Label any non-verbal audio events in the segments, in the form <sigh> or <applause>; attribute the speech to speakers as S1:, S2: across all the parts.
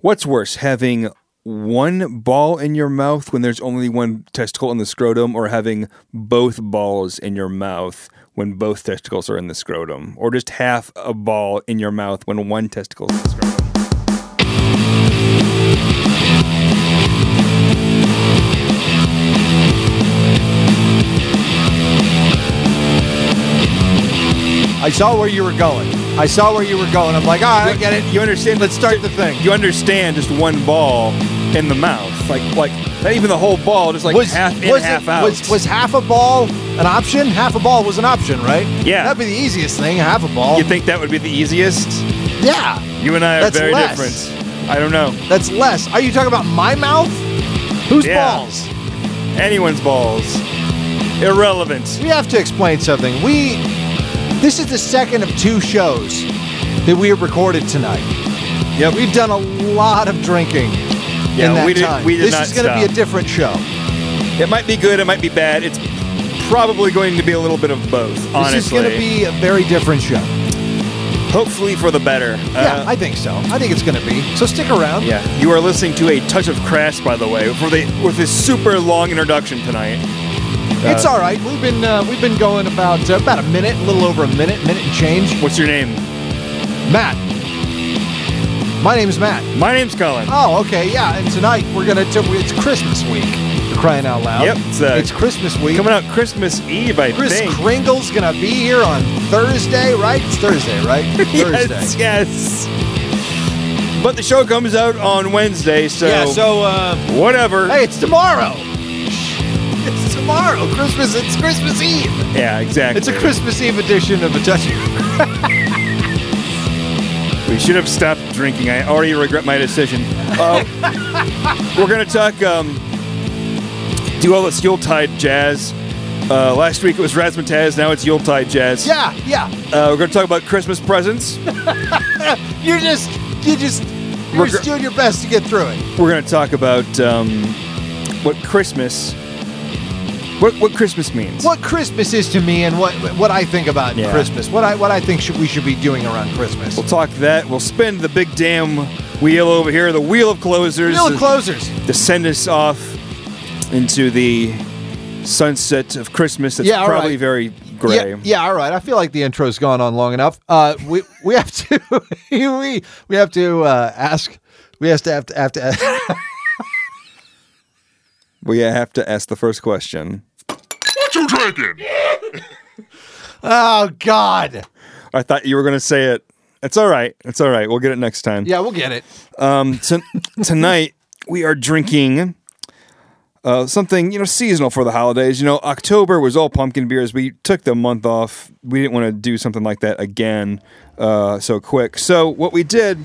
S1: What's worse, having one ball in your mouth when there's only one testicle in the scrotum, or having both balls in your mouth when both testicles are in the scrotum, or just half a ball in your mouth when one testicle is in the scrotum?
S2: I saw where you were going. I saw where you were going. I'm like, all right, I get it.
S1: You understand?
S2: Let's start the thing.
S1: You understand just one ball in the mouth, like like not even the whole ball, just like half in,
S2: was
S1: half
S2: it-
S1: out.
S2: Was, was half a ball an option? Half a ball was an option, right?
S1: Yeah.
S2: That'd be the easiest thing. Half a ball.
S1: you think that would be the easiest?
S2: yeah.
S1: You and I are
S2: That's
S1: very
S2: less.
S1: different. I don't know.
S2: That's less. Are you talking about my mouth? Whose
S1: Yeah.
S2: balls?
S1: Anyone's balls. Irrelevant.
S2: We have to explain something. We. This is the second of two shows that we have recorded tonight. Yeah, We've done a lot of drinking.
S1: Yeah,
S2: in that
S1: we did-
S2: time.
S1: we did
S2: this
S1: not
S2: is going to be
S1: stop.
S2: a different show.
S1: It might be good, it might be bad. It's probably going to be a little bit of both, honestly.
S2: This is going to be a very different show.
S1: Hopefully for the better.
S2: yeah,
S1: Uh,
S2: I think so. I think it's going to be. So stick around.
S1: yeah. You are listening to a touch of crash, by the way, for the with this super long introduction tonight.
S2: It's all right. We've been uh, we've been going about uh, about a minute, a little over a minute, minute and change.
S1: What's your name?
S2: Matt, my name's Matt.
S1: My name's Colin.
S2: Oh, okay, yeah. And tonight we're gonna t- it's Christmas week. For crying out loud!
S1: Yep,
S2: it's,
S1: it's, uh,
S2: Christmas week.
S1: Coming out Christmas Eve, I
S2: Chris
S1: think.
S2: Kringle's gonna be here on Thursday, right? It's Thursday, right?
S1: <laughs> Yes,
S2: Thursday.
S1: yes. But the show comes out on Wednesday, so,
S2: Yeah. So uh,
S1: whatever.
S2: hey, it's tomorrow. It's tomorrow. Christmas. It's Christmas Eve.
S1: Yeah, exactly.
S2: It's a Christmas Eve edition of a touch.
S1: We should have stopped drinking. I already regret my decision.
S2: <laughs>
S1: Uh, we're going to talk, um, do all this Yuletide jazz. Uh, last week it was Razzmatazz, now it's Yuletide jazz.
S2: yeah, yeah.
S1: Uh, we're going to talk about Christmas
S2: <laughs>
S1: presents.
S2: You're just you just you're
S1: We're
S2: just
S1: go-
S2: doing your best to get through it.
S1: we're going to talk about um, what Christmas, what, what Christmas means.
S2: What Christmas is to me, and what what I think about
S1: Yeah.
S2: Christmas. What I what I think should, we should be doing around Christmas.
S1: We'll talk that. We'll spin the big damn wheel over here, the wheel of closers.
S2: Real closers.
S1: to send us off into the sunset of Christmas. That's
S2: Yeah, all
S1: probably
S2: right.
S1: very gray.
S2: Yeah, yeah, all right. I feel like the intro's gone on long enough. Uh, we we have to <laughs> we we have to uh, ask. We have to have to have to. <laughs>
S1: We have to ask the first question.
S2: oh God.
S1: I thought you were going to say it. It's all right. It's all right. We'll get it next time.
S2: Yeah, we'll get it.
S1: Um, to- tonight we are drinking uh, something you know seasonal for the holidays. You know, October was all pumpkin beers. We took the month off. We didn't want to do something like that again uh, so quick. So what we did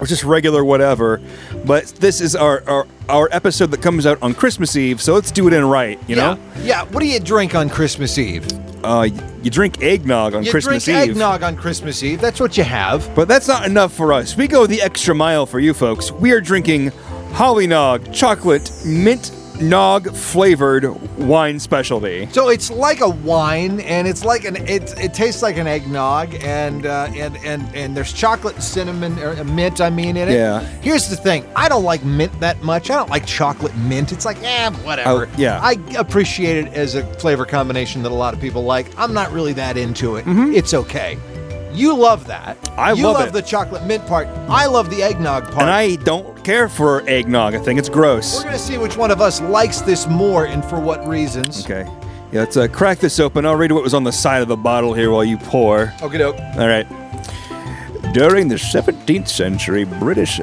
S1: was just regular whatever. But this is our our, our episode that comes out on Christmas Eve. So let's do it in right. You
S2: yeah.
S1: know,
S2: Yeah. What do you drink on Christmas Eve?
S1: uh, you drink eggnog on
S2: You
S1: Christmas
S2: drink
S1: Eve.
S2: eggnog on Christmas Eve. That's what you have.
S1: But that's not enough for us. We go the extra mile for you folks. We are drinking Holly Nog chocolate mint nog flavored wine specialty.
S2: So it's like a wine, and it's like an it. It tastes like an eggnog, and uh, and and and there's chocolate, and cinnamon, or uh, mint. I mean, in it.
S1: Yeah.
S2: Here's the thing: I don't like mint that much. I don't like chocolate mint. It's like, eh, whatever.
S1: Oh, yeah.
S2: I appreciate it as a flavor combination that a lot of people like. I'm not really that into it. It's okay. You love that.
S1: Mm-hmm. I
S2: you
S1: love
S2: love,
S1: it.
S2: the chocolate mint part. I love the eggnog part.
S1: And I don't care for eggnog. I think it's
S2: We're
S1: gross.
S2: gonna see which one of us likes this more and for what reasons.
S1: Okay. Yeah, let's uh, crack this open. I'll read what was on the side of the bottle here while you pour.
S2: Okay, doke.
S1: All right. During the 17th century, British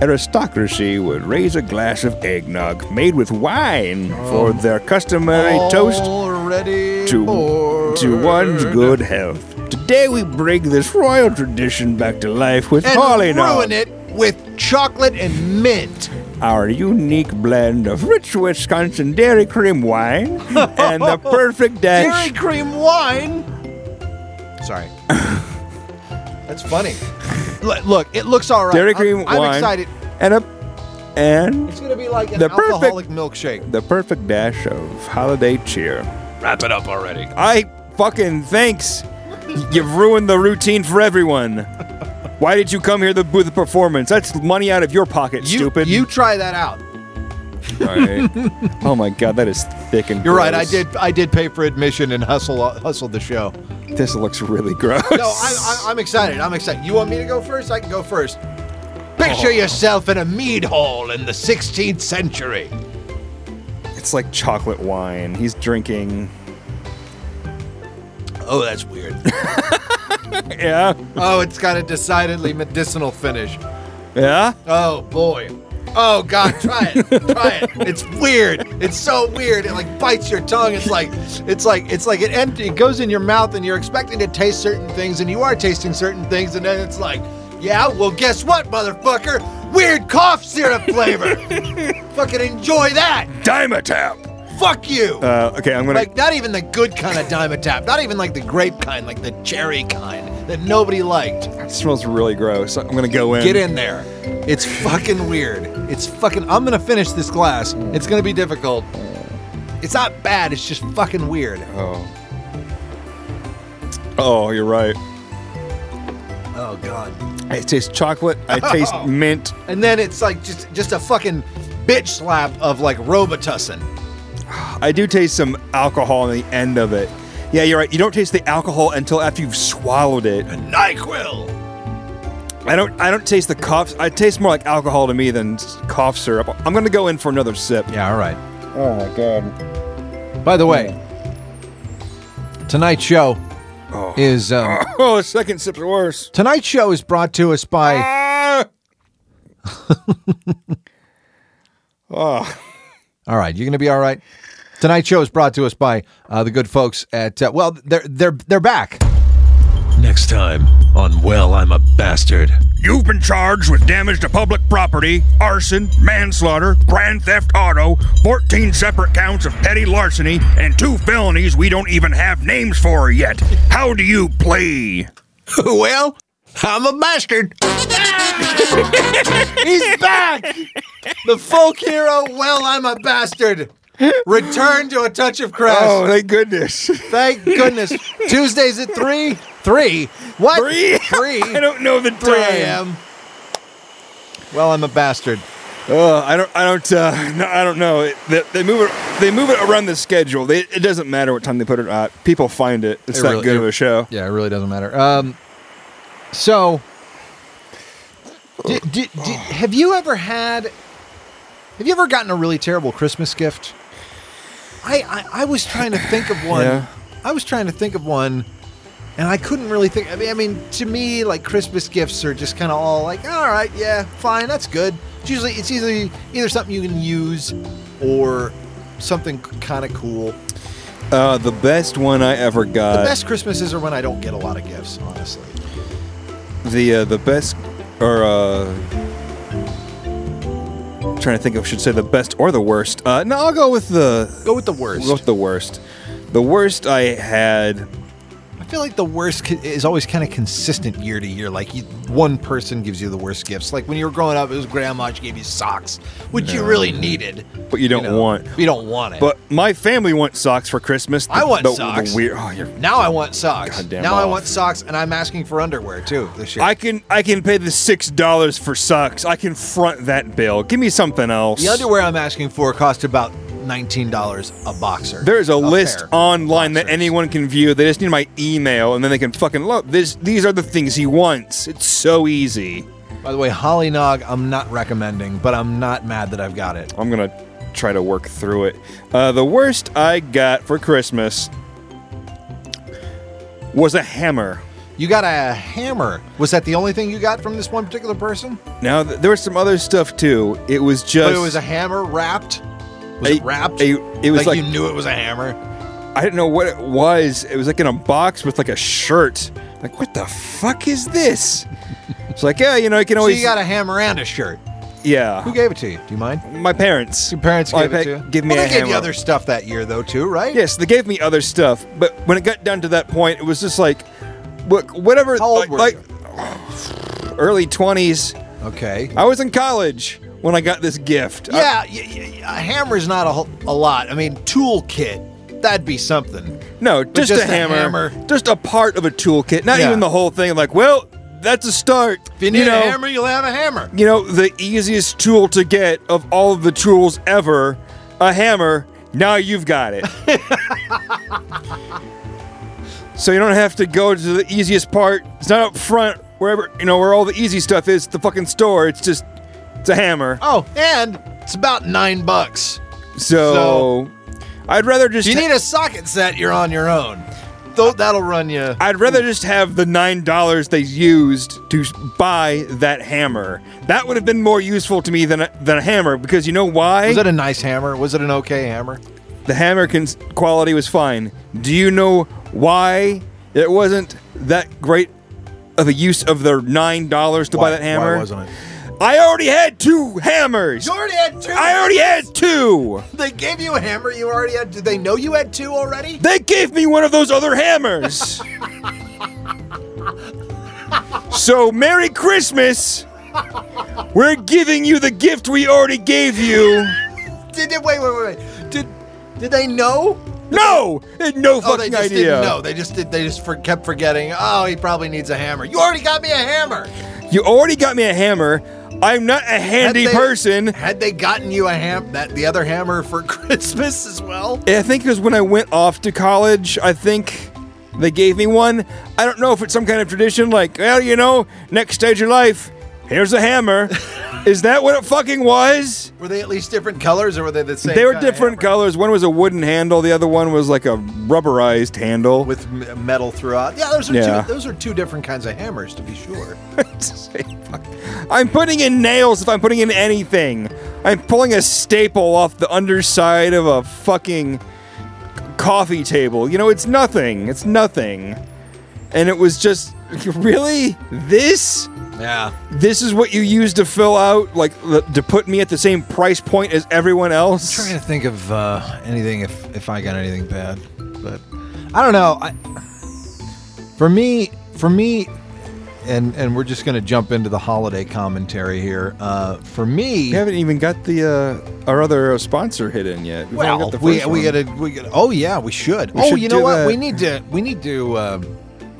S1: aristocracy would raise a glass of eggnog made with wine for their customary
S2: Oh.
S1: toast
S2: Already
S1: to,
S2: bored.
S1: to one's good health. Today we bring this royal tradition back to life with
S2: and
S1: Holly
S2: ruin
S1: Nog,
S2: it with chocolate and mint.
S1: our unique blend of rich Wisconsin dairy cream
S2: <laughs>
S1: wine and the perfect
S2: Dairy
S1: dash.
S2: cream wine.
S1: <laughs>
S2: Sorry. That's funny. L- Look, it looks all right.
S1: Dairy
S2: I'm-
S1: cream
S2: I'm,
S1: wine
S2: excited.
S1: and a and
S2: It's gonna be like an
S1: The perfect-
S2: alcoholic milkshake.
S1: the perfect dash of holiday cheer.
S2: Wrap it up already.
S1: I fucking thanks. You've ruined the routine for everyone. Why did you come here the, with the performance? That's money out of your pocket,
S2: You,
S1: stupid.
S2: You try that out.
S1: All right. <laughs> oh my god, that is thick and.
S2: You're right. I
S1: gross.
S2: did. I did pay for admission and hustle hustle the show.
S1: This looks really gross.
S2: No, I, I, I'm excited. I'm excited. You want me to go first? I can go first. Picture yourself in a mead hall in the 16th century.
S1: It's like chocolate wine. He's drinking.
S2: Oh, that's weird.
S1: Yeah.
S2: <laughs> oh, it's got a decidedly medicinal finish.
S1: Yeah.
S2: Oh boy. Oh god, try it. try it. It's weird. It's so weird. It like bites your tongue. It's like it's like it's like it empty it goes in your mouth and you're expecting to taste certain things and you are tasting certain things and then it's like, yeah, well guess what, motherfucker? Weird cough syrup flavor. Fucking enjoy that.
S1: Dimetap.
S2: Fuck you.
S1: Uh, okay, I'm gonna.
S2: like not even the good kind of Dimetap, not even like the grape kind, like the cherry kind that nobody liked.
S1: it smells really gross. I'm gonna go in.
S2: Get in there. It's fucking weird. It's fucking. I'm gonna finish this glass. It's gonna be difficult. It's not bad. It's just fucking weird.
S1: Oh. Oh, you're right.
S2: Oh god.
S1: I taste chocolate.
S2: <laughs>
S1: I taste mint.
S2: And then it's like just just a fucking bitch slap of like Robitussin.
S1: I do taste some alcohol in the end of it. Yeah, you're right. You don't taste the alcohol until after you've swallowed it.
S2: Nyquil.
S1: I don't. I don't taste the cough. I taste more like alcohol to me than s- cough syrup. I'm gonna go in for another sip.
S2: Yeah. All right.
S1: Oh my god.
S2: By the way, tonight's show is um,
S1: <laughs>
S2: <laughs>
S1: Oh, the second sip's worse.
S2: tonight's show is brought to us by.
S1: Ah!
S2: All right, you're gonna be all right. Tonight's show is brought to us by uh, the good folks at uh, well, they're they're they're back.
S3: Next time on Well, I'm a
S2: <laughs>
S3: Bastard.
S4: You've been charged with damage to public property, arson, manslaughter, grand theft auto, 14 separate counts of petty larceny, and two felonies we don't even have names for yet. How do you play?
S3: well, I'm a <laughs> bastard.
S2: He's back! The folk hero, well, I'm a bastard. Return to a touch of crest.
S1: Oh, thank goodness. <laughs>
S2: Thank goodness. Tuesdays at 3. 3? What?
S1: Three.
S3: <laughs>
S2: 3
S1: I don't know the
S2: 3
S1: time.
S2: a.m. Well, I'm a bastard.
S1: Uh, I don't. I don't. Uh, <laughs> no, I don't know. It, they, they move it. They move it around the schedule. They, it doesn't matter what time they put it out. People find it. It's
S2: It
S1: that
S2: really-
S1: good
S2: it-
S1: of a show.
S2: Yeah, it really doesn't matter. Um, so, di- di- di- have you ever had? Have you ever gotten a really terrible Christmas gift? I I, I was trying to think of one.
S1: Yeah.
S2: I was trying to think of one, and I couldn't really think. I mean, I mean, to me, like Christmas gifts are just kind of all like, all right, yeah, fine, that's good. It's usually it's either either something you can use, or something kind of cool.
S1: Uh, the best one I ever got.
S2: The best Christmases are when I don't get a lot of gifts, honestly.
S1: the uh, the best or uh I'm trying to think I should say the best or the worst. Uh no, I'll go with the
S2: Go with the worst.
S1: go with the worst. The worst I had
S2: I feel like the worst co- is always kind of consistent year to year. Like you, one person gives you the worst gifts. Like when you were growing up, it was grandma. She gave you socks, which you really needed.
S1: but you don't
S2: know.
S1: want.
S2: You don't want it.
S1: But my family wants socks for Christmas.
S2: I want
S1: the, the
S2: socks.
S1: weird, oh, you're,
S2: now I want socks.
S1: Goddamn
S2: Now I
S1: off.
S2: want socks, and I'm asking for underwear too this year.
S1: I can I can pay the six dollars for socks. I can front that bill. Give me something else.
S2: the underwear I'm asking for cost about nineteen dollars a boxer.
S1: There's a,
S2: A
S1: list
S2: pair.
S1: online that
S2: Boxers.
S1: anyone can view. They just need my email, and then they can fucking look. This, these are the things he wants. It's so easy.
S2: By the way, Holly Nog, I'm not recommending, but I'm not mad that I've got it.
S1: I'm gonna try to work through it. Uh, the worst I got for Christmas was a hammer.
S2: You got a hammer. Was that the only thing you got from this one particular person?
S1: Now th- there was some other stuff too. It was just
S2: But it was a hammer wrapped. Was
S1: A-
S2: it wrapped?
S1: a- it was
S2: like,
S1: like-
S2: you knew it was a hammer.
S1: I didn't know what it was. It was like in a box with like a shirt. Like what the fuck is this? Oh, It's like yeah, you know, you can
S2: So
S1: always
S2: you got a hammer and a shirt.
S1: yeah.
S2: Who gave it to you? Do you mind?
S1: My parents.
S2: Your parents
S1: My
S2: gave it
S1: pa-
S2: to you.
S1: Give me
S2: well,
S1: a
S2: they
S1: hammer.
S2: gave you other stuff that year though too, right?
S1: Yes, they gave me other stuff, but when it got down to that point, it was just like, look, whatever.
S2: How old
S1: like,
S2: were
S1: like <sighs> early twenties.
S2: Okay.
S1: I was in college when I got this gift. I-
S2: yeah, y- y- y- a hammer's not a, whole- a lot. I mean, toolkit. That'd be something.
S1: no, just,
S2: just
S1: a
S2: a
S1: hammer,
S2: hammer.
S1: Just a part of a toolkit, not
S2: Yeah.
S1: even the whole thing. Like, well, That's a start.
S2: If you need
S1: know,
S2: a hammer, you'll have a hammer.
S1: you know, the easiest tool to get of all of the tools ever, a hammer. Now you've got
S2: <laughs>
S1: it. so you don't have to go to the easiest part. It's not up front, wherever you know where all the easy stuff is. The fucking store. It's just it's a hammer.
S2: Oh, and it's about nine bucks.
S1: So, I'd rather just.
S2: If you
S1: ha-
S2: need a socket set, you're on your own. Though that'll run you.
S1: I'd rather just have the nine dollars they used to s- buy that hammer. That would have been more useful to me than a, than a hammer because you know why?
S2: Was it a nice hammer? Was it an okay hammer?
S1: the hammer can, quality was fine. Do you know why it wasn't that great of a use of their nine dollars to buy that hammer?
S2: Why wasn't it?
S1: I already had two hammers.
S2: You already had two.
S1: I already had two.
S2: They gave you a hammer. You already had. Did they know you had two already?
S1: They gave me one of those other
S2: <laughs>
S1: hammers. so, Merry Christmas. We're giving you the gift we already gave you.
S2: Did, did wait, wait, wait, wait. Did did they know?
S1: No, They had no
S2: Oh, they
S1: fucking
S2: just
S1: idea.
S2: didn't know. They just did. They just for, kept forgetting. Oh, he probably needs a hammer. You already got me a hammer.
S1: You already got me a hammer. I'm not a handy
S2: Had they-
S1: person.
S2: Had they gotten you a ham that the other hammer for <laughs> Christmas as well?
S1: Eh, I think it was when I went off to college. I think they gave me one. I don't know if it's some kind of tradition, like, well, you know, next stage of life, here's a hammer. Is that what it fucking was?
S2: Were they at least different colors, or were they the same?
S1: They were
S2: kinda
S1: different
S2: hammer?
S1: colors. One was a wooden handle. The other one was like a rubberized handle.
S2: with m- metal throughout. Yeah, those are
S1: Yeah.
S2: two. Those are two different kinds of hammers, to be sure.
S1: <laughs> I'm putting in nails if I'm putting in anything. I'm pulling a staple off the underside of a fucking coffee table. You know, it's nothing. It's nothing. And it was just <laughs> really this
S2: yeah.
S1: this is what you use to fill out like the- to put me at the same price point as everyone else.
S2: trying to think of uh, anything if if I got anything bad, but I don't know. I, for me, for me, and and we're just gonna jump into the holiday commentary here. Uh, for
S1: we
S2: me,
S1: haven't even got the uh, our other sponsor hit in yet. We've only
S2: well,
S1: got the
S2: we
S1: first
S2: we
S1: one.
S2: gotta we gotta. Oh yeah, we should.
S1: We
S2: oh,
S1: should
S2: you know
S1: do
S2: what?
S1: that.
S2: We need to we need to uh,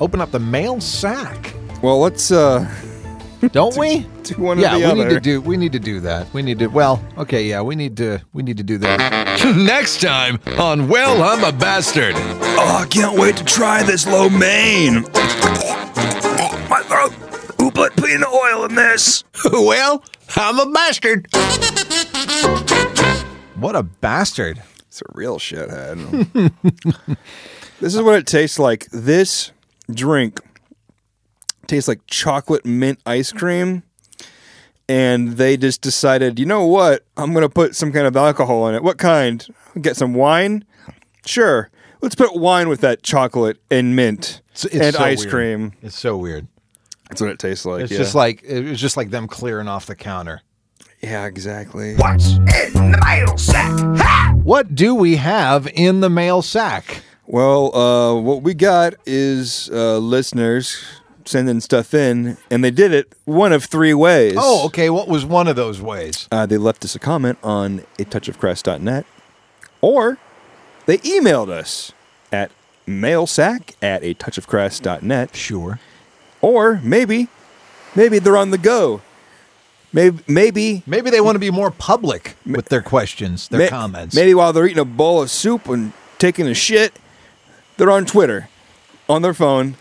S2: open up the mail sack,
S1: Well, let's uh, <laughs>
S2: don't we?
S1: do one
S2: yeah,
S1: or the
S2: we
S1: other.
S2: need to do we need to do that. We need to. Well, okay, yeah, we need to we need to do that. <laughs>
S3: Next time on Well, I'm a Bastard.
S4: Oh, I can't wait to try this lo mein. Oh, my throat. Who put peanut oil in this?
S3: Well, I'm a bastard.
S2: What a bastard!
S1: It's a real shithead. <laughs> this is what it tastes like. This drink tastes like chocolate mint ice cream. And they just decided, you know what? I'm going to put some kind of alcohol in it. What kind? Get some wine? Sure. Let's put wine with that chocolate and mint
S2: It's- it's
S1: and
S2: so
S1: ice
S2: weird.
S1: cream.
S2: It's so weird.
S1: That's what it tastes like.
S2: It's
S1: yeah.
S2: just like it was just like them clearing off the counter.
S1: yeah, exactly.
S4: What's in the mail sack?
S2: What do we have in the mail sack?
S1: Well, uh, what we got is uh, listeners sending stuff in, and they did it one of three ways.
S2: Oh, okay. What was one of those ways?
S1: Uh, they left us a comment on atouchofcrest.net, or they emailed us at mailsack at atouchofcrest.net,
S2: Sure.
S1: or maybe, maybe they're on the go. Maybe, maybe
S2: Maybe they want to be more public with their questions, their
S1: May-
S2: comments.
S1: Maybe while they're eating a bowl of soup and taking a shit, they're on Twitter, on their phone.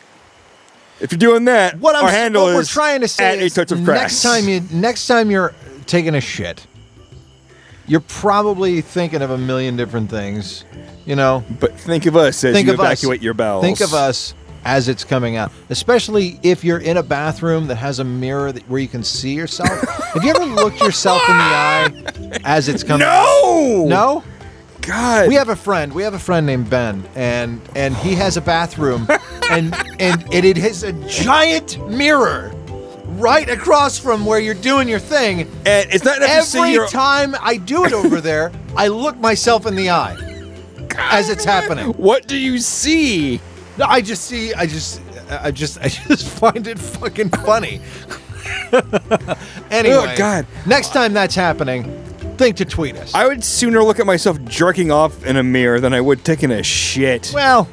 S1: If you're doing that,
S2: what I'm
S1: our handle
S2: what
S1: is
S2: we're trying to say
S1: at
S2: is
S1: a touch of crass.
S2: next time you next time you're taking a shit, you're probably thinking of a million different things. You know,
S1: but think of us as
S2: think
S1: you
S2: of
S1: evacuate
S2: us,
S1: your bowels.
S2: Think of us as it's coming out, especially if you're in a bathroom that has a mirror that, where you can
S1: <laughs>
S2: see yourself. Have you ever looked yourself in the eye as it's coming?
S1: No,
S2: out? no.
S1: God,
S2: We have a friend. We have a friend named Ben, and and he has
S1: <laughs>
S2: a bathroom, and and and it has a giant mirror right across from where you're doing your thing.
S1: and it's not enough to see
S2: Every
S1: your
S2: time I do it over there, I look myself in the eye as it's happening.
S1: What do you see?
S2: No, I just see. I just, I just, I just <laughs> find it
S1: <laughs>
S2: fucking funny. anyway,
S1: Oh, God.
S2: Next time that's happening, think to tweet us.
S1: I would sooner look at myself jerking off in a mirror than I would taking a shit.
S2: well,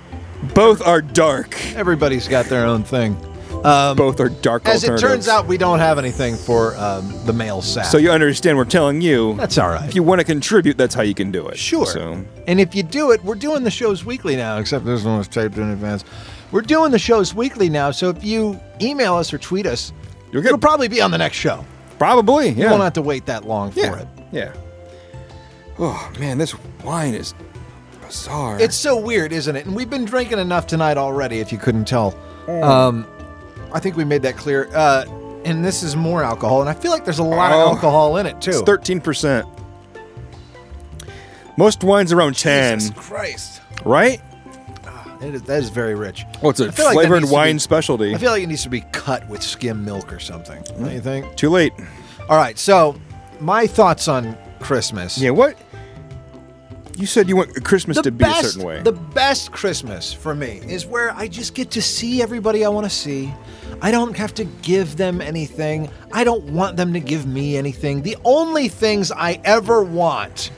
S1: Both are dark.
S2: everybody's got their own thing.
S1: Both are dark
S2: um, As it
S1: alternatives.
S2: turns out, we don't have anything for um, the male sack.
S1: so you understand we're telling you
S2: that's all right.
S1: if you want to contribute, that's how you can do it.
S2: Sure.
S1: So
S2: And if you do it, we're doing the shows weekly now, except this one was taped in advance. We're doing the shows weekly now, so if you email us or tweet us,
S1: You'll get-
S2: it'll probably be on the next show.
S1: probably, yeah.
S2: You won't have to wait that long
S1: yeah.
S2: for it.
S1: Yeah. Oh man, this wine is bizarre.
S2: It's so weird, isn't it? And we've been drinking enough tonight already, if you couldn't tell.
S1: Mm.
S2: Um, I think we made that clear. Uh, and this is more alcohol, and I feel like there's a lot
S1: Oh.
S2: of alcohol in it too.
S1: It's thirteen percent. Most wines around ten,
S2: Jesus Christ,
S1: right?
S2: It is- that is very rich.
S1: Oh, it's a
S2: I feel like that
S1: flavored
S2: needs to
S1: wine
S2: be-
S1: specialty.
S2: I feel like it needs to be cut with skim milk or something. Don't you think?
S1: Too late.
S2: All right, so my thoughts on Christmas.
S1: Yeah, what? You said you want Christmas to be a certain way.
S2: The best Christmas for me is where I just get to see everybody I want to see. I don't have to give them anything. I don't want them to give me anything. The only things I ever want,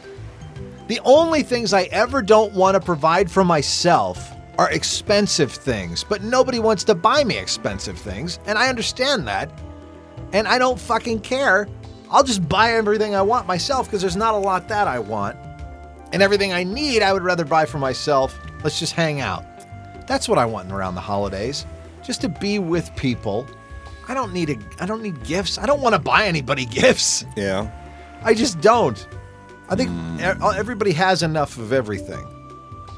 S2: the only things I ever don't want to provide for myself are expensive things, but nobody wants to buy me expensive things, and I understand that. And I don't fucking care. I'll just buy everything I want myself because there's not a lot that I want and everything I need I would rather buy for myself. Let's just hang out. That's what I want around the holidays. Just to be with people. I don't need a I don't need gifts. I don't want to buy anybody <laughs> gifts.
S1: yeah.
S2: I just don't. I think e- everybody has enough of everything.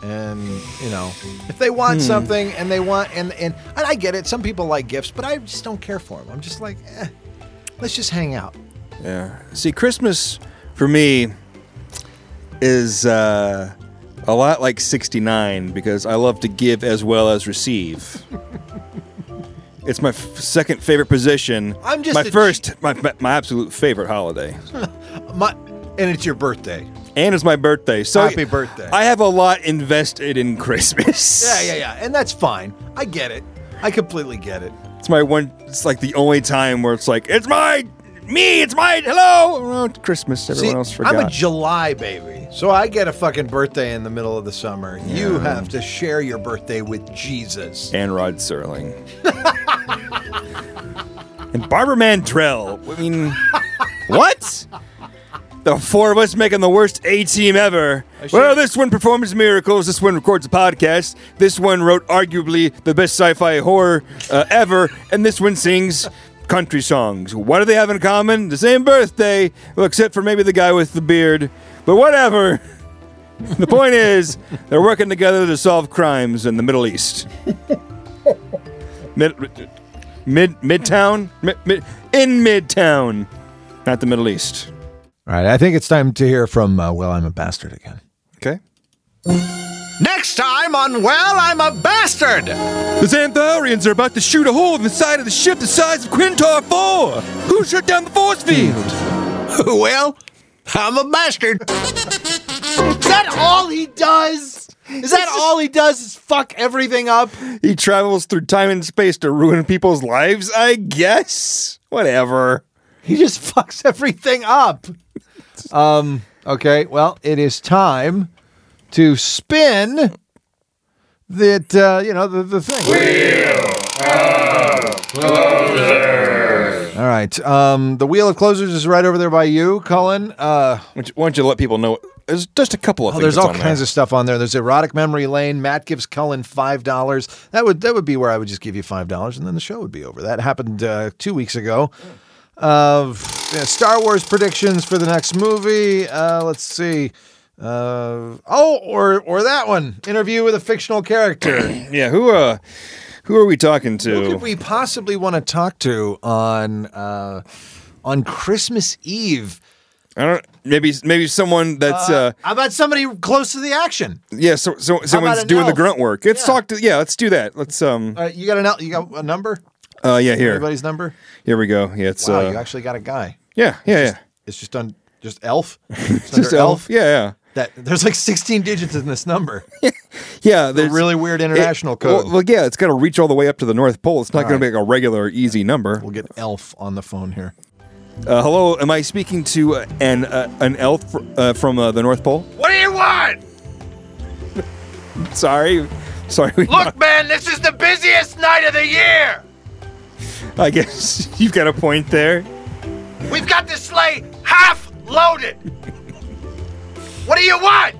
S2: And, you know, if they want something and they want and, and and I get it. Some people like gifts, but I just don't care for them. I'm just like, eh, let's just hang out.
S1: Yeah. See, Christmas for me is uh, a lot like 69 because I love to give as well as
S2: <laughs>
S1: receive. it's my f- second favorite position.
S2: I'm just
S1: my
S2: a-
S1: first, my, my, my absolute favorite holiday.
S2: My and it's your birthday.
S1: and it's my birthday. So
S2: Happy birthday.
S1: I have a lot invested in Christmas.
S2: <laughs> Yeah, yeah, yeah. And that's fine. I get it. I completely get it.
S1: It's my one. It's like the only time where it's like it's my me. It's my hello. Well, Christmas. Everyone else
S2: See,
S1: forgot.
S2: I'm a July baby. So I get a fucking birthday in the middle of the summer. You have to share your birthday with Jesus.
S1: and Rod Serling. and Barbara Mandrell. I mean, what? The four of us making the worst A team ever. Well, this one performs miracles. This one records a podcast. This one wrote arguably the best sci fi horror uh, ever. And this one sings country songs. What do they have in common? The same birthday, well, except for maybe the guy with the beard. But whatever. <laughs> The point is, they're working together to solve crimes in the Middle East. <laughs> Mid, mid Midtown, mid, mid, in Midtown, not the Middle East.
S2: All right, I think it's time to hear from uh, Well, I'm a Bastard again.
S1: Okay.
S2: Next time on Well, I'm a Bastard! <laughs>
S1: The Xantharians are about to shoot a hole in the side of the ship the size of Quintar Four. Who shut down the force field?
S2: well, I'm a bastard. is that all he does? Is that all he does is fuck everything up?
S1: He travels through time and space to ruin people's lives. I guess. Whatever.
S2: He just <laughs> fucks everything up. Um. Okay. Well, it is time to spin that. Uh, you know the the thing. All right. Um. The wheel of closers is right over there by you, Cullen. Uh.
S1: Why don't you- why don't you let people know? There's just a couple of
S2: Oh,
S1: things.
S2: there's all
S1: that's on
S2: kinds
S1: there.
S2: of stuff on there. There's erotic memory lane. Matt gives Cullen five dollars. That would that would be where I would just give you five dollars, and then the show would be over. That happened uh, two weeks ago. Uh, yeah, Star Wars predictions for the next movie. Uh, let's see. Uh, oh, or or that one interview with a fictional character.
S1: Yeah. Who uh, who are we talking to?
S2: Who could we possibly want to talk to on uh, on Christmas Eve?
S1: I don't. Maybe maybe someone that's uh,
S2: How about somebody close to the action?
S1: Yeah, so, so someone's
S2: an
S1: doing the
S2: elf?
S1: grunt work. Let's
S2: Yeah.
S1: talk to yeah, let's do that. Let's um
S2: All right, you got an you got a number?
S1: uh yeah, here.
S2: Everybody's number.
S1: Here we go. Yeah, it's
S2: Wow,
S1: uh
S2: you actually got a guy.
S1: Yeah, yeah, yeah.
S2: It's just on just
S1: <laughs>
S2: elf. It's
S1: Just
S2: under
S1: elf. Yeah, yeah.
S2: That there's like 16 digits in this number.
S1: <laughs> Yeah, there's
S2: really weird
S1: it-
S2: international code.
S1: Well, well, yeah, it's got to reach all the way up to the North Pole. It's not going to
S2: right.
S1: be like a regular easy number.
S2: We'll get elf on the phone here.
S1: Uh, hello, am I speaking to uh, an uh, an elf fr- uh, from uh, the North Pole?
S4: What do you want?
S1: Sorry. Sorry. we-
S4: Look, man, this is the busiest night of the year.
S1: <laughs> I guess <laughs> you've got a point there.
S4: We've got this sleigh half loaded. what do you want?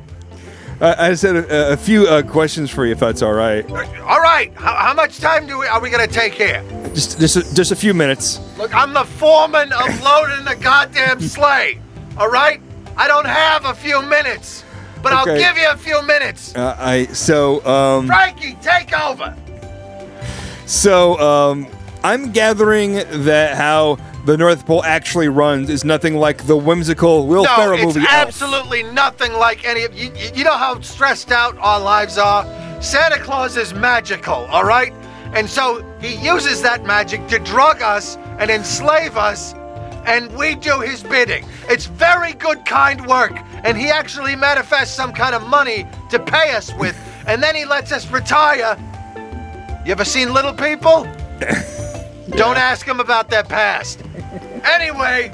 S1: I, I just had a, a few uh, questions for you, if that's all right.
S4: All right. How, how much time do we are we gonna take here?
S1: Just just a, just a few minutes.
S4: Look, I'm the foreman of loading the goddamn sleigh. All right. I don't have a few minutes, but I'll
S1: Okay.
S4: give you a few minutes.
S1: Uh, I so um
S4: Frankie, take over.
S1: so um I'm gathering that how the North Pole actually runs is nothing like the whimsical Will
S4: no,
S1: Ferrell
S4: it's
S1: movie. Oh. Elf.
S4: absolutely nothing like any of you, you. You know how stressed out our lives are. Santa Claus is magical, all right, and so he uses that magic to drug us and enslave us, and we do his bidding. It's very good, kind work, and he actually manifests some kind of money to pay us
S1: <laughs>
S4: with, and then he lets us retire. You ever seen Little People?
S1: <laughs>
S4: Don't ask him about their past. Anyway.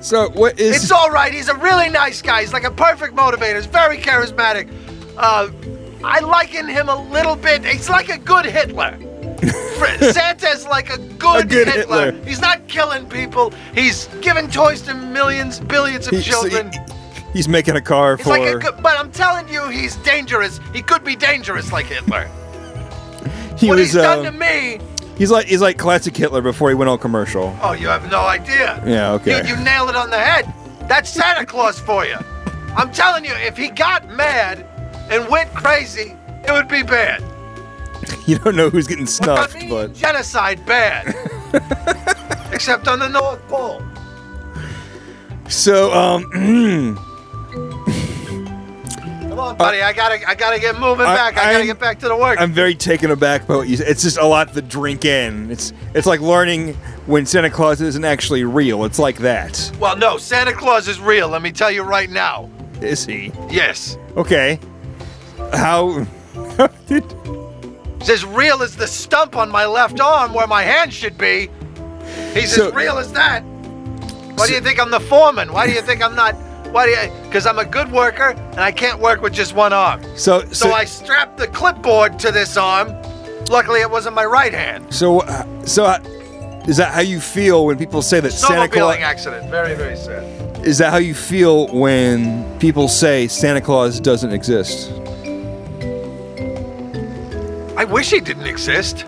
S1: So what is
S4: It's all right. He's a really nice guy. He's like a perfect motivator. He's very charismatic. Uh, I liken him a little bit. He's like a good Hitler. Fr-
S1: <laughs>
S4: Santa's like a good,
S1: good
S4: Hitler.
S1: Hitler.
S4: He's not killing people. He's giving toys to millions, billions of
S1: he's,
S4: children.
S1: he's making a car
S4: he's
S1: for
S4: like a good, but I'm telling you, he's dangerous. He could be dangerous like Hitler.
S1: he
S4: what
S1: was
S4: he's done to
S1: um,
S4: me.
S1: he's like he's like classic Hitler before he went on commercial.
S4: Oh, you have no idea.
S1: Yeah, okay.
S4: Dude, you nailed it on the head. That's Santa Claus for you. I'm telling you, if he got mad and went crazy, it would be bad.
S1: <laughs> You don't know who's getting
S4: I
S1: snuffed,
S4: mean,
S1: but
S4: genocide
S1: <laughs>
S4: bad. Except on the North Pole.
S1: so um <clears throat>
S4: Come on, buddy. I gotta, I gotta get moving
S1: Uh, I-
S4: back. I, gotta
S1: I'm-
S4: get back to the work.
S1: I'm very taken aback by what you said. It's just a lot to drink in. It's it's like learning when Santa Claus isn't actually real. It's like that.
S4: well, no, Santa Claus is real. Let me tell you right now.
S1: Is he?
S4: Yes,
S1: Okay. How? <laughs>
S4: he's as real as the stump on my left arm where my hand should be. He's
S1: So-
S4: as real as that. Why do you think I'm the foreman? Why do you think I'm not? Why do you? Because I'm a good worker and I can't work with just one arm.
S1: So
S4: So,
S1: so
S4: I strapped the clipboard to this arm. Luckily, it wasn't my right hand.
S1: so uh, so. uh, is that how you feel when people say that Santa Claus?
S4: Snowmobiling accident. Very, very sad.
S1: Is that how you feel when people say Santa Claus doesn't exist?
S4: I wish he didn't exist.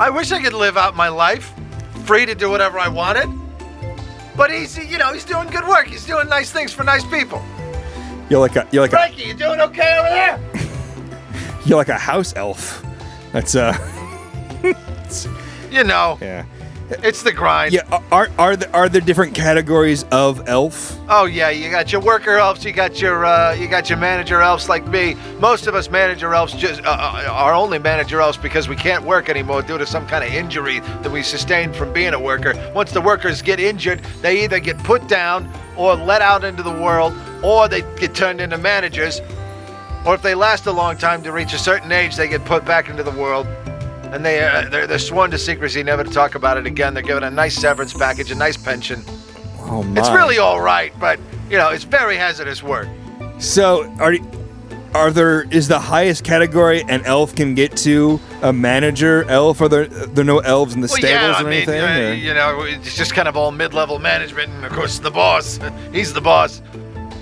S4: I wish I could live out my life, free to do whatever I wanted. But he's, you know, he's doing good work. He's doing nice things for nice people.
S1: You're like a you're like a,
S4: Frankie, you doing okay over there?
S1: you're like a house elf. That's uh <laughs>
S4: You know,
S1: yeah
S4: it's the grind.
S1: yeah. Are are there, are there different categories of elf?
S4: Oh yeah, you got your worker elves, you got your uh, you got your manager elves like me. Most of us manager elves just uh, uh, are only manager elves because we can't work anymore due to some kind of injury that we sustained from being a worker. Once the workers get injured, they either get put down or let out into the world, or they get turned into managers. Or if they last a long time to reach a certain age, they get put back into the world. And they, uh, they're, they're sworn to secrecy, never to talk about it again. They're given a nice severance package, a nice pension.
S1: Oh my!
S4: It's really all right, but you know, it's very hazardous work.
S1: So are are there is the highest category an elf can get to a manager elf? Are there uh, there are no elves in the
S4: Well, yeah,
S1: stables
S4: I
S1: or
S4: mean,
S1: anything?
S4: uh,
S1: or-
S4: you know, it's just kind of all mid-level management, and of course the boss. <laughs> he's the boss,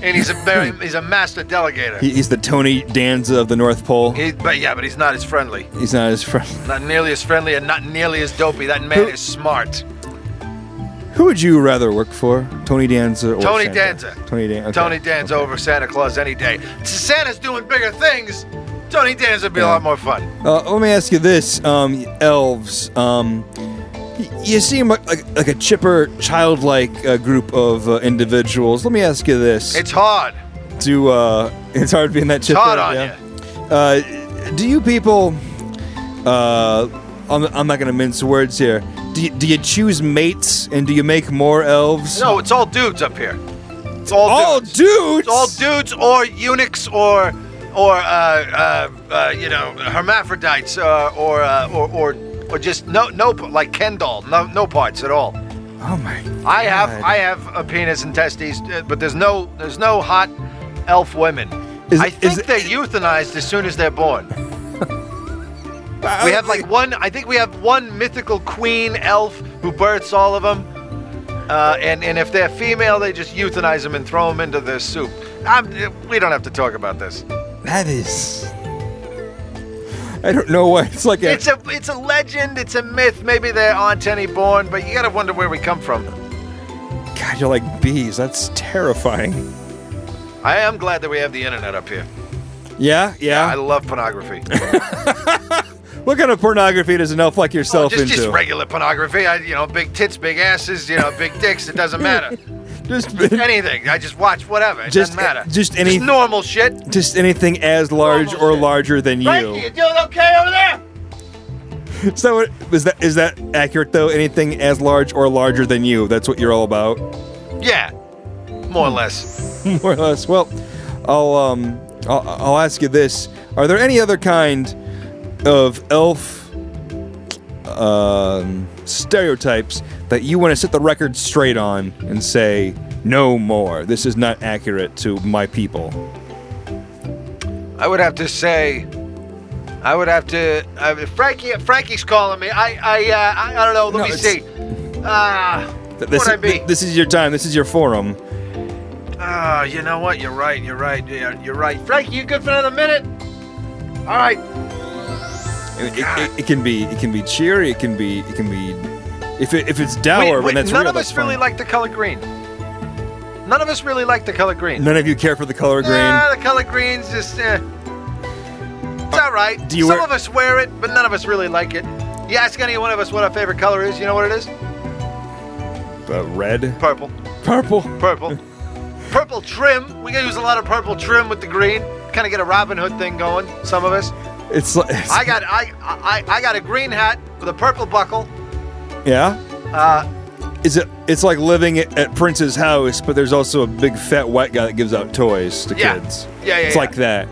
S4: and he's a
S1: <laughs>
S4: very he's a master delegator.
S1: He- He's the Tony Danza of the North Pole.
S4: He, but yeah, but he's not as friendly,
S1: He's not his friend. <laughs>
S4: not nearly as friendly, and not nearly as dopey. That man
S1: Who-
S4: is smart.
S1: Who would you rather work for, Tony Danza or
S4: Tony
S1: Santa?
S4: Danza.
S1: Tony Danza.
S4: Tony Dan's over Santa Claus any day. Santa's doing bigger things. Tony Dan's would be a lot more fun.
S1: Uh, let me ask you this, um, elves. Um, y- you seem like, like, like a chipper, childlike uh, group of uh, individuals. Let me ask you this:
S4: It's hard.
S1: Do uh, <laughs> it's hard being that
S4: It's
S1: chipper?
S4: hard on
S1: yeah?
S4: you.
S1: Uh, do you people? Uh, I'm, I'm not going to mince words here. Do you, do you choose mates and do you make more elves?
S4: No, it's all dudes up here. It's all
S1: all
S4: dudes.
S1: dudes.
S4: It's all dudes or eunuchs or or uh, uh, uh, you know hermaphrodites uh, or, uh, or or or just no no like Ken doll no no parts at all.
S1: Oh my!
S4: I have
S1: God.
S4: I have a penis and testes, uh, but there's no there's no hot elf women.
S1: Is-
S4: I
S1: is
S4: think
S1: it-
S4: they're euthanized as soon as they're born.
S1: I
S4: We
S1: don't
S4: have like
S1: think-
S4: one. I think we have one mythical queen elf who births all of them. Uh, and and if they're female, they just euthanize them and throw them into their soup. I'm, we don't have to talk about this.
S1: that is. I don't know why it's like. A,
S4: It's a it's a legend. It's a myth. Maybe there aren't any born, but you gotta wonder where we come from.
S1: God, you're like bees. That's terrifying.
S4: I am glad that we have the internet up here.
S1: Yeah,
S4: I
S1: yeah. <laughs>
S4: love pornography.
S1: What kind of pornography does an elf like yourself
S4: Oh, just,
S1: into?
S4: just regular pornography. I, you know, big tits, big asses, you know, big dicks. It
S1: <laughs>
S4: doesn't matter.
S1: just,
S4: Anything. I just watch whatever. It
S1: Just-
S4: doesn't matter.
S1: just any-
S4: Just normal shit.
S1: just anything as large
S4: Normal
S1: or
S4: shit.
S1: larger than
S4: Frankie, you
S1: you.
S4: doing okay over there?
S1: So it- is that is that accurate though? Anything as large or larger than you? That's what you're all about, <laughs>
S4: Yeah, more or
S1: Hmm.
S4: less.
S1: more or less. Well, I'll um I'll, I'll ask you this: Are there any other kind of elf um, stereotypes that you want to set the record straight on and say no more? This is not accurate to my people.
S4: I would have to say, I would have to. I mean, Frankie, Frankie's calling me. I, I, uh, I, I don't know. Let
S1: No,
S4: me
S1: it's-
S4: see. Ah,
S1: Th- This,
S4: what'd I be?
S1: th- this is your time. This is your forum.
S4: Ah, you know what? You're right. You're right. You're, you're right. Frankie, you good for another minute? All right.
S1: It, it- it- it can be it can be cheery. It can be it can be if it, if it's dour
S4: Wait,
S1: when
S4: wait,
S1: that's
S4: none
S1: real,
S4: of us
S1: that's
S4: really
S1: fine.
S4: like the color green. None of us really like the color green.
S1: None of you care for the color green.
S4: Nah, the color green's just. Uh, it's all right.
S1: do you
S4: Some
S1: wear-
S4: of us wear it, but none of us really like it. You ask any one of us what our favorite color is, you know what it is?
S1: Uh, red,
S4: Purple.
S1: purple. <laughs>
S4: Purple. purple trim. We gotta use a lot of purple trim with the green. Kind of get a Robin Hood thing going. Some of us.
S1: It's like it's,
S4: I got I I, I got a green hat with a purple buckle.
S1: yeah.
S4: Uh,
S1: Is it? It's like living at, at Prince's house, but there's also a big fat white guy that gives out toys to
S4: Yeah.
S1: kids.
S4: Yeah, yeah,
S1: It's
S4: yeah.
S1: like that,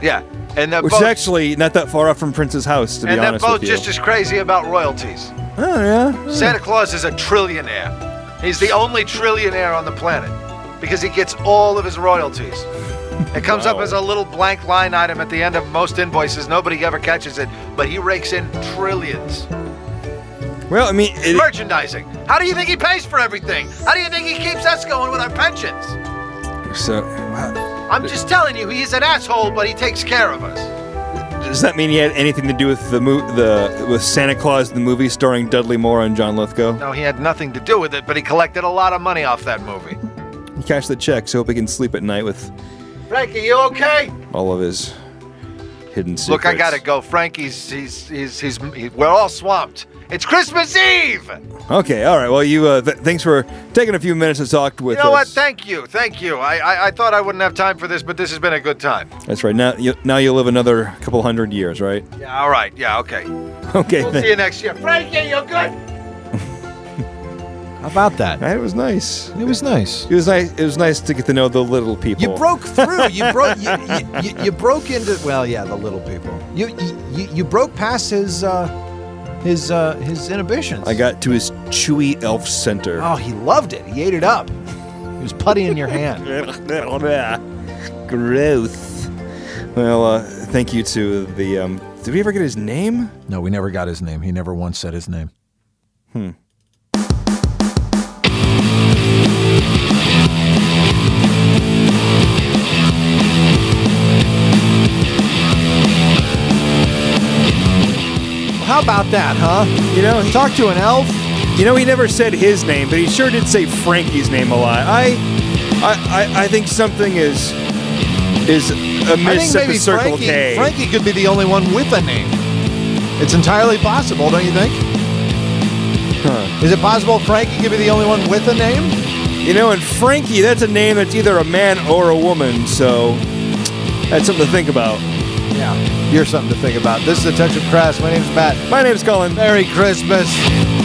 S4: yeah. And they're
S1: which
S4: both,
S1: is actually not that far off from Prince's house, to
S4: and
S1: be
S4: they're
S1: honest
S4: both
S1: with you.
S4: just as crazy about royalties.
S1: oh yeah.
S4: Santa Claus is a trillionaire. He's the only trillionaire on the planet because he gets all of his royalties. It comes up
S1: Wow.
S4: as a little blank line item at the end of most invoices. Nobody ever catches it, but he rakes in trillions.
S1: Well, I mean, it,
S4: Merchandising. How do you think he pays for everything? How do you think he keeps us going with our pensions?
S1: so wow.
S4: I'm just telling you, he's an asshole, but he takes care of us.
S1: does that mean he had anything to do with the mo- the with Santa Claus the movie starring Dudley Moore and John Lithgow?
S4: No, he had nothing to do with it, but he collected a lot of money off that movie.
S1: He cashed the check, so hope he can sleep at night with
S4: Frankie, you okay?
S1: all of his hidden secrets.
S4: Look, I gotta go. Frankie's, he's, he's, he's, he- we're all swamped. It's Christmas Eve!
S1: Okay, all right. Well, you. Uh, th- thanks for taking a few minutes to talk with
S4: You know what?
S1: us.
S4: Thank you, thank you. I, I, I thought I wouldn't have time for this, but this has been a good time.
S1: That's right. Now, you, now you'll live another couple hundred years, right?
S4: Yeah, all right, yeah, okay.
S1: Okay.
S4: We'll
S1: thank-
S4: see you next year. Frankie, you good?
S2: How about that?
S1: That was nice.
S2: It was nice.
S1: It was nice. It was nice to get to know the little people.
S2: You broke through. You
S1: <laughs>
S2: broke. You, you, you, you broke into. Well, yeah, the little people. You you, you, you broke past his uh, his uh, his inhibitions.
S1: I got to his chewy elf center.
S2: Oh, he loved it. He ate it up. He was putty
S1: <laughs>
S2: in your hand.
S4: Oh.
S1: Growth. Well, uh, thank you to the. Um, did we ever get his name?
S2: No, we never got his name. He never once said his name.
S1: Hmm.
S2: Hmm. How about that, huh?
S1: You know, he-
S2: Talk to an elf.
S1: You know, he never said his name, but he sure did say Frankie's name a lot. I, I, I, I think something is is
S2: I
S1: amiss
S2: think
S1: at the
S2: maybe
S1: Circle
S2: Frankie,
S1: K.
S2: Frankie could be the only one with a name. It's entirely possible, don't you think? Is it possible Frankie could be the only one with a name?
S1: You know, and Frankie, that's a name that's either a man or a woman, so that's something to think about.
S2: Yeah. You're something to think about. This is A Touch of Crass. My name's Matt.
S1: My name's Colin.
S2: Merry Christmas.